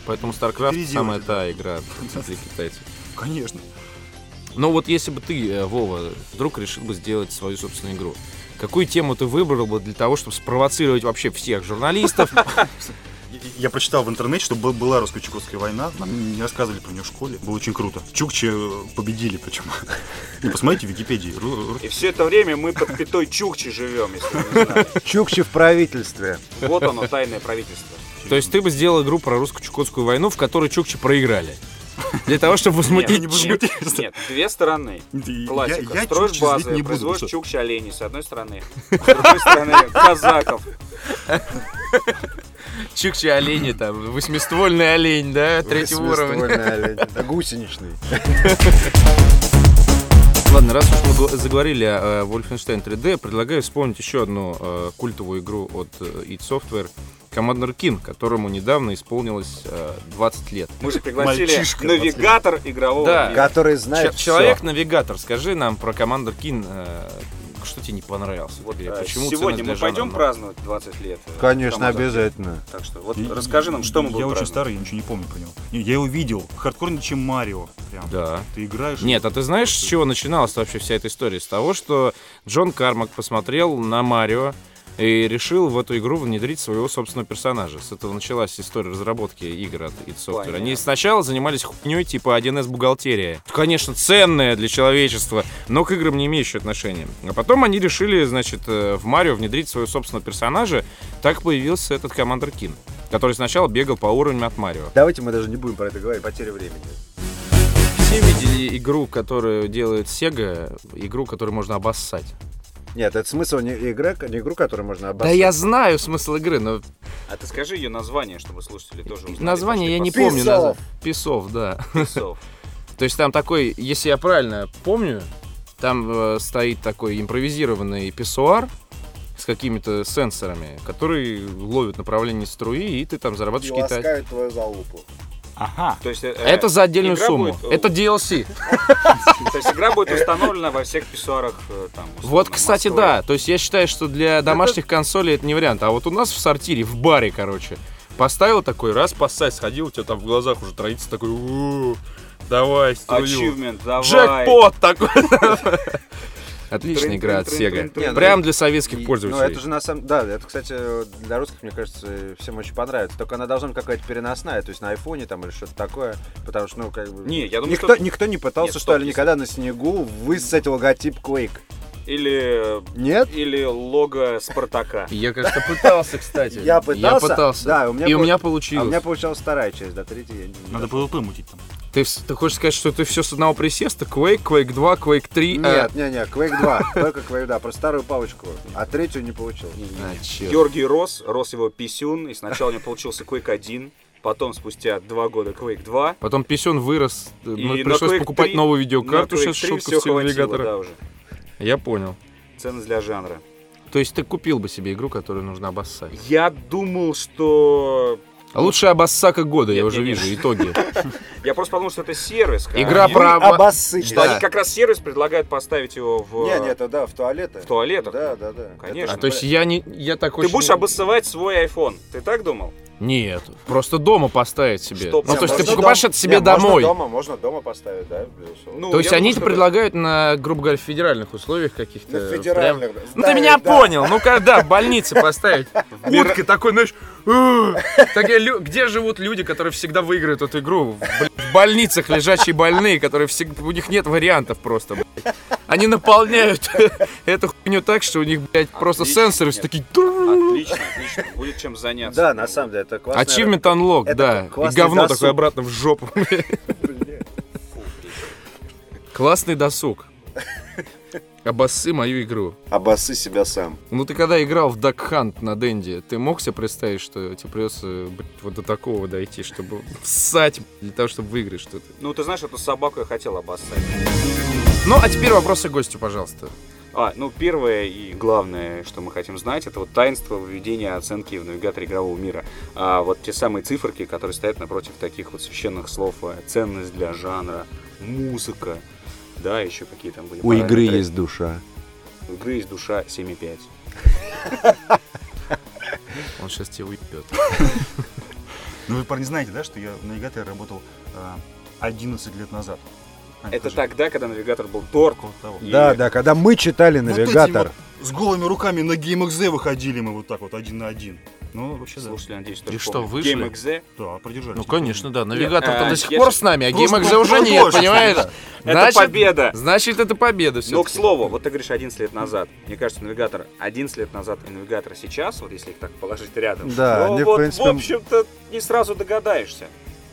A: Поэтому StarCraft
C: Переделать.
A: самая та игра для китайцев.
C: Конечно.
A: Но вот если бы ты, э, Вова, вдруг решил бы сделать свою собственную игру, какую тему ты выбрал бы для того, чтобы спровоцировать вообще всех журналистов?
C: Я- Я прочитал в интернете, что был- была русско-чукотская война. Нам не рассказывали про нее в школе. Было очень круто. Чукчи э, победили причем. (laughs) Ну, посмотрите в Википедии. Ру- ру-
B: и все это время мы под пятой Чукчи живем, если вы не знали.
D: Чукчи в правительстве.
B: Вот оно, тайное правительство.
A: То есть ты бы сделал игру про русско-чукотскую войну, в которой чукчи проиграли. Для того, чтобы возмутить
B: Нет,
A: чук-
B: нет, Нет, две стороны.
C: Я-
B: Классика.
C: я
B: Строишь
C: чукчи
B: базы,
C: злить не буду.
B: производишь
C: потому что-
B: чукчи оленей, с одной стороны.
C: (laughs)
B: С другой стороны, казаков.
A: чукчи олени, там, восьмиствольный олень, да, третьего уровня.
D: Восьмиствольный олень. Гусеничный.
A: Ладно, раз уж мы гла- заговорили о э, Wolfenstein 3D, предлагаю вспомнить еще одну э, культовую игру от э, id Software Commander Keen, которому недавно исполнилось э, 20 лет.
B: Мы же пригласили
C: Мальчишка
B: навигатор игрового
A: Да.
B: мира.
D: Который
A: Че-
D: знает всё.
A: Человек-навигатор, скажи нам про Commander Keen, э, что тебе не понравилось? в
B: Вот,
A: игре,
B: э,
A: Почему ценность для
B: сегодня мы
A: жанра
B: пойдем
A: ноль?
B: праздновать 20 лет. э,
D: Конечно,
B: Команда.
D: обязательно.
B: Так что вот расскажи нам, что мы
C: Я
B: будем
C: очень
B: праздновать.
C: старый, я ничего не помню про него. Не, Я его видел. Хардкорнее, чем Марио. Прям.
A: Да.
C: Ты играешь.
A: Нет, а ты знаешь, с чего начиналась вообще вся эта история? С того, что Джон Кармак посмотрел на Марио, и решил в эту игру внедрить своего собственного персонажа. С этого началась история разработки игр от id Software. Они
B: Понятно.
A: сначала занимались хупней типа 1С бухгалтерия. Конечно, ценная для человечества, но к играм не имеющая отношения. А потом они решили, значит, э, в Марио внедрить своего собственного персонажа. Так появился этот Командер Кин, который сначала бегал по уровням от Марио.
D: Давайте мы даже не будем про это говорить, потеря времени.
A: Все видели игру, которую делает Sega, игру, которую можно обоссать.
D: Нет, это смысл не игры, не игру, которую
A: Да
D: можно обоссать.
A: я знаю смысл игры, но
B: А ты скажи ее название, чтобы слушатели тоже узнали.
A: название я не
D: пошли.
A: помню.
D: Песов.
A: назва- Песов, да.
C: (laughs)
B: помню.
A: То есть там такой, если я правильно помню, там э, стоит такой импровизированный писсуар с какими-то сенсорами, которые ловят направление струи, и ты там
D: И
A: зарабатываешь какие-то...
D: ласкают твою залупу.
B: Ага. То есть, э,
A: Это за отдельную
B: игра
A: сумму.
B: будет, э,
A: Это DLC.
B: то есть игра будет установлена во всех писсуарах э, там. условно,
A: Вот, кстати,
B: Москвы.
A: да. То есть я считаю, что для домашних консолей это не вариант. А вот у нас в сортире, в баре, короче, поставил такой, раз поссать, сходил, у тебя там в глазах уже троится такой, «У, давай, струю.
B: Achievement, давай.
A: Джекпот такой.
D: (laughs)
A: Отличная игра от
B: Трын-трын-трын-трын-трын.
A: Sega. Прям для советских
D: ну И-
A: пользователей.
D: Ну, это же на самом... Да, это, кстати, для русских, мне кажется, всем очень понравится. Только она должна быть какая-то переносная, то есть на айфоне там или что-то такое, потому что, ну, как бы...
B: Не, я думаю,
D: никто,
B: что-
D: никто не пытался,
B: Нет,
D: что
B: стоп,
D: ли,
B: если-
D: никогда на снегу высать логотип Quake.
B: Или э,
D: Нет? А
B: или лого Спартака.
A: Я как-то пытался, кстати.
D: Я пытался? Да, у меня
A: И у
D: пол-
A: меня
D: А у
A: получилось.
D: меня получалась вторая часть, да, третья я не...
C: Надо
D: дошел.
C: PvP мутить там.
A: Ты, вс- ты хочешь сказать, что ты все с одного присеста? Quake, Quake 2, Quake а 3.
D: Нет,
B: а
D: не, не, Quake 2, только Quake, да, про старую палочку, а третью не получил.
B: Ну,
A: А, чёрт.
B: Георгий Рос, рос его писюн, и сначала у него получился Quake 1, потом спустя два года Quake 2.
A: Потом писюн вырос. э,
B: И
A: ну,
B: на
A: пришлось
B: Quake
A: покупать
B: 3
A: новую видеокарту.
B: на Quake
A: Сейчас
B: 3
A: шутка
B: всё
A: в стиле
B: хватило,
A: навигатора.
B: да, уже.
A: Я понял.
B: Ценность для жанра.
A: То есть ты купил бы себе игру, которую нужно обоссать.
B: Я думал, что...
A: А Лучшая обоссака года, я
B: Нет,
A: уже
B: нет,
A: вижу
B: (laughs)
A: итоги.
B: Я просто подумал, что это сервис. как-
A: Игра
B: Они-
A: про... обо-
D: Обоссыть,
B: Что
A: Да.
B: они как раз сервис предлагают поставить его в...
D: Не, не, это да, в туалеты.
B: В туалетах.
D: Да, да, да.
B: Конечно.
A: А то есть я не... Я так
B: Ты
A: очень-
B: будешь обоссывать свой iPhone. Ты так думал?
A: Нет, просто дома поставить себе.
B: Что,
A: Ну, то есть ты
D: можно
A: покупаешь
D: дом-
A: это себе
D: Не, можно
A: домой.
D: дома, можно дома поставить, да, безусловно.
B: Ну,
A: То есть
B: я
A: они
B: думаю, что
A: предлагают на, грубо говоря, в федеральных условиях каких-то.
D: На
A: прям-
D: федеральных.
A: Ну ты меня понял, ну когда в больнице (laughs) поставить утки такой, знаешь, «Ух». Такие лю- где живут люди, которые всегда выиграют эту игру? Блин, В больницах лежачие больные, которые всегда, у них нет вариантов просто. блядь. Они наполняют (laughs) эту хуйню так, что у них, блядь, просто
B: Отлично,
A: сенсоры все
B: нет.
A: такие.
B: Отлично, отлично. Будет чем заняться.
D: Да, на самом деле, это классно.
A: Achievement Unlock,
D: Это
A: да. И
D: классный
A: говно
D: досуг.
A: такое обратно в жопу. Классный (laughs) досуг. Обоссы мою игру.
D: Обоссы себя сам.
A: Ну ты когда играл в Duck Hunt на Денди, ты мог себе представить, что тебе придется блядь, вот до такого дойти, чтобы (laughs) ссать для того, чтобы выиграть что-то?
B: Ну, ты знаешь, эту собаку я хотел обоссать.
A: Ну а теперь вопросы к гостю, пожалуйста.
B: А, ну, первое и главное, что мы хотим знать, это вот таинство введения оценки в навигаторе игрового мира. А вот те самые циферки, которые стоят напротив таких вот священных слов, э, ценность для жанра, музыка, да, еще какие там были. параметры.
D: душа.
B: У игры есть душа 7,5.
A: Он сейчас тебя уйдет.
C: Ну вы, парни, знаете, да, что я в навигаторе работал э, 11 лет назад? А,
B: Это
C: же
B: тогда, когда навигатор был торт.
C: около того.
B: И-
D: Да, да, когда мы читали
C: Вот
D: навигатор.
C: этим вот с голыми руками на GameXZ выходили мы вот так вот один на один. Ну, вообще, да.
B: Слушатели, надеюсь,
A: И
B: тоже
A: что,
B: помнят.
A: вышли?
B: GameXZ.
C: Да, продержались.
A: Ну конечно, да,
B: Нет,
A: навигатор
B: а,
A: до сих
B: я
A: пор
B: же-
A: с нами, а
C: Просто
A: GameXZ уже нет,
C: продолжим.
A: понимаешь? Ну,
B: Это победа.
A: Значит, это победа все
B: Но, к слову, вот ты говоришь 11 лет назад. Мне кажется, навигатор 11 лет назад и навигатор сейчас, вот если их так положить рядом,
D: Да,
B: ну,
D: они, в
B: вот,
D: принципе,
B: в общем-то, не сразу догадаешься.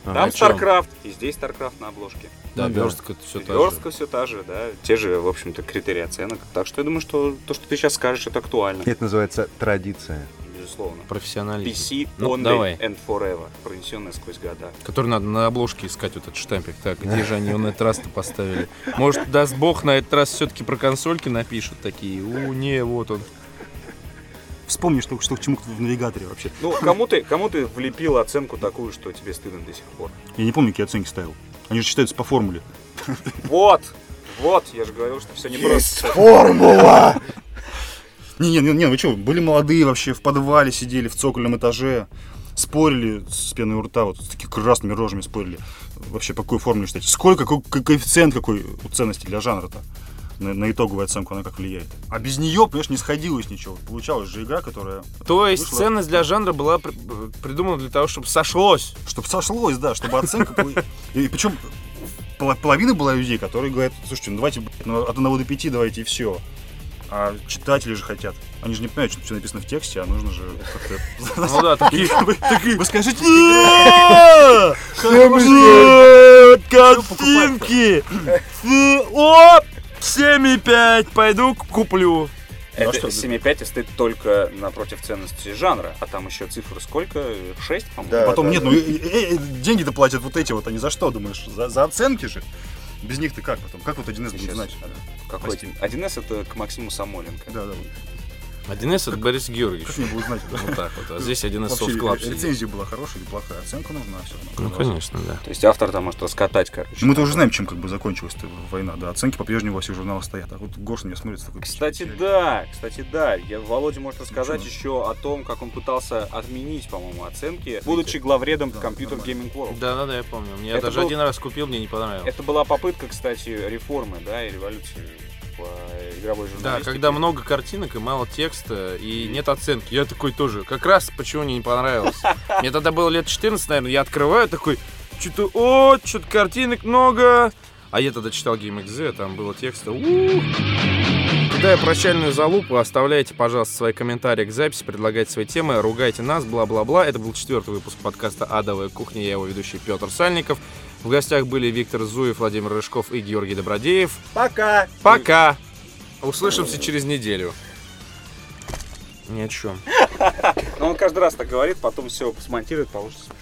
B: Там StarCraft, и здесь StarCraft на обложке.
A: Да,
D: Да.
A: верстка все та же.
B: Верстка все та же, да, те же, в общем-то, критерии оценок. Так что я думаю, что то, что ты сейчас скажешь, это актуально,
D: Это называется традиция.
B: безусловно.
A: Профессионализм.
B: PC
A: Ну,
B: only
A: давай.
B: and forever, пронесенная сквозь года.
A: Который надо на обложке искать вот этот штампик. Так, где же они его на этот раз-то поставили? Может, даст бог, на этот раз все-таки про консольки напишут такие. У, не, вот он.
C: Вспомнишь только что к чему в навигаторе вообще.
B: Ну, кому ты, кому ты влепил оценку такую, что тебе стыдно до сих пор?
C: Я не помню, какие оценки ставил. Они же считаются по формуле.
B: Вот! Вот, я же говорил, что все непросто.
D: Формула!
C: Не, не, не, не, вы что, были молодые вообще, в подвале сидели, в цокольном этаже, спорили с пеной у рта, вот с такими красными рожами спорили. Вообще, по какой формуле считать? Сколько, какой, ко- коэффициент какой у ценности для жанра-то? на, на итоговую оценку она как влияет. А без нее, понимаешь, не сходилось ничего. Получалась же игра, которая...
A: То есть
C: Вышло.
A: ценность для жанра была при- б- придумана для того, чтобы сошлось.
C: Чтобы сошлось, да, чтобы оценка... была- (laughs) И причем половина была людей, которые говорят, слушайте, ну давайте блядь, ну, от 1 до 5 давайте и все. А читатели же хотят. Они же не понимают, что все написано в тексте, а нужно же как-то (laughs)
A: Ну да, такие.
C: Вы, вы скажите «Игра! Хорошая! картинки!
A: Оп! 7,5, пойду куплю.
B: Это
C: что,
B: 7,5 стоит только напротив ценности жанра, а там еще цифры сколько? 6, по-моему?
D: Да.
C: Потом нет, ну э, э, э, деньги-то платят вот эти вот, они за что, думаешь? За, за оценки же? Без них ты как потом? Как вот 1С будет
B: Сейчас.
C: знать?
B: Какой?
C: Прости.
B: 1С это к Максиму Самоленко.
C: Да, да.
A: 1С это Борис Георгиевич.
C: Как они будут знать?
A: (laughs) Вот так вот. А здесь 1С
C: Вообще,
A: Soft Club
C: э,
A: сидит.
C: рецензия была хорошая или плохая? Оценка нужна все равно.
A: Ну, конечно, да.
B: То есть автор там может раскатать, короче.
C: Мы-то уже знаем, чем как бы закончилась война, да, оценки по-прежнему во всех журналах стоят, а вот Горш на меня смотрит с такой...
B: Кстати,
C: печалью.
B: да, кстати, да. Я, Володя может рассказать
C: Ничего.
B: еще о том, как он пытался отменить, по-моему, оценки, будучи главредом
C: Да,
B: компьютер Gaming World.
A: Да, да, да, я помню. Мне
B: Это
A: даже
B: был-
A: один раз купил, мне не понравилось.
B: Это была попытка, кстати, реформы, да, и революции по игровой
A: Да,
B: журналистике.
A: когда много картинок и мало текста, и нет оценки. Я такой тоже. Как раз почему мне не понравилось. Мне тогда было лет 14, наверное, я открываю такой, что-то, о, что-то картинок много. А я тогда читал GameXZ, там было текста. ух. Кидая прощальную залупу, оставляйте, пожалуйста, свои комментарии к записи, предлагайте свои темы, ругайте нас, бла-бла-бла. Это был четвертый выпуск подкаста «Адовая кухня». Я его ведущий Петр Сальников. В гостях были Виктор Зуев, Владимир Рыжков и Георгий Добродеев.
D: Пока!
A: Пока. Услышимся через неделю. Ни о чем.
B: Но он каждый раз так говорит, потом все смонтирует, получится. смешно.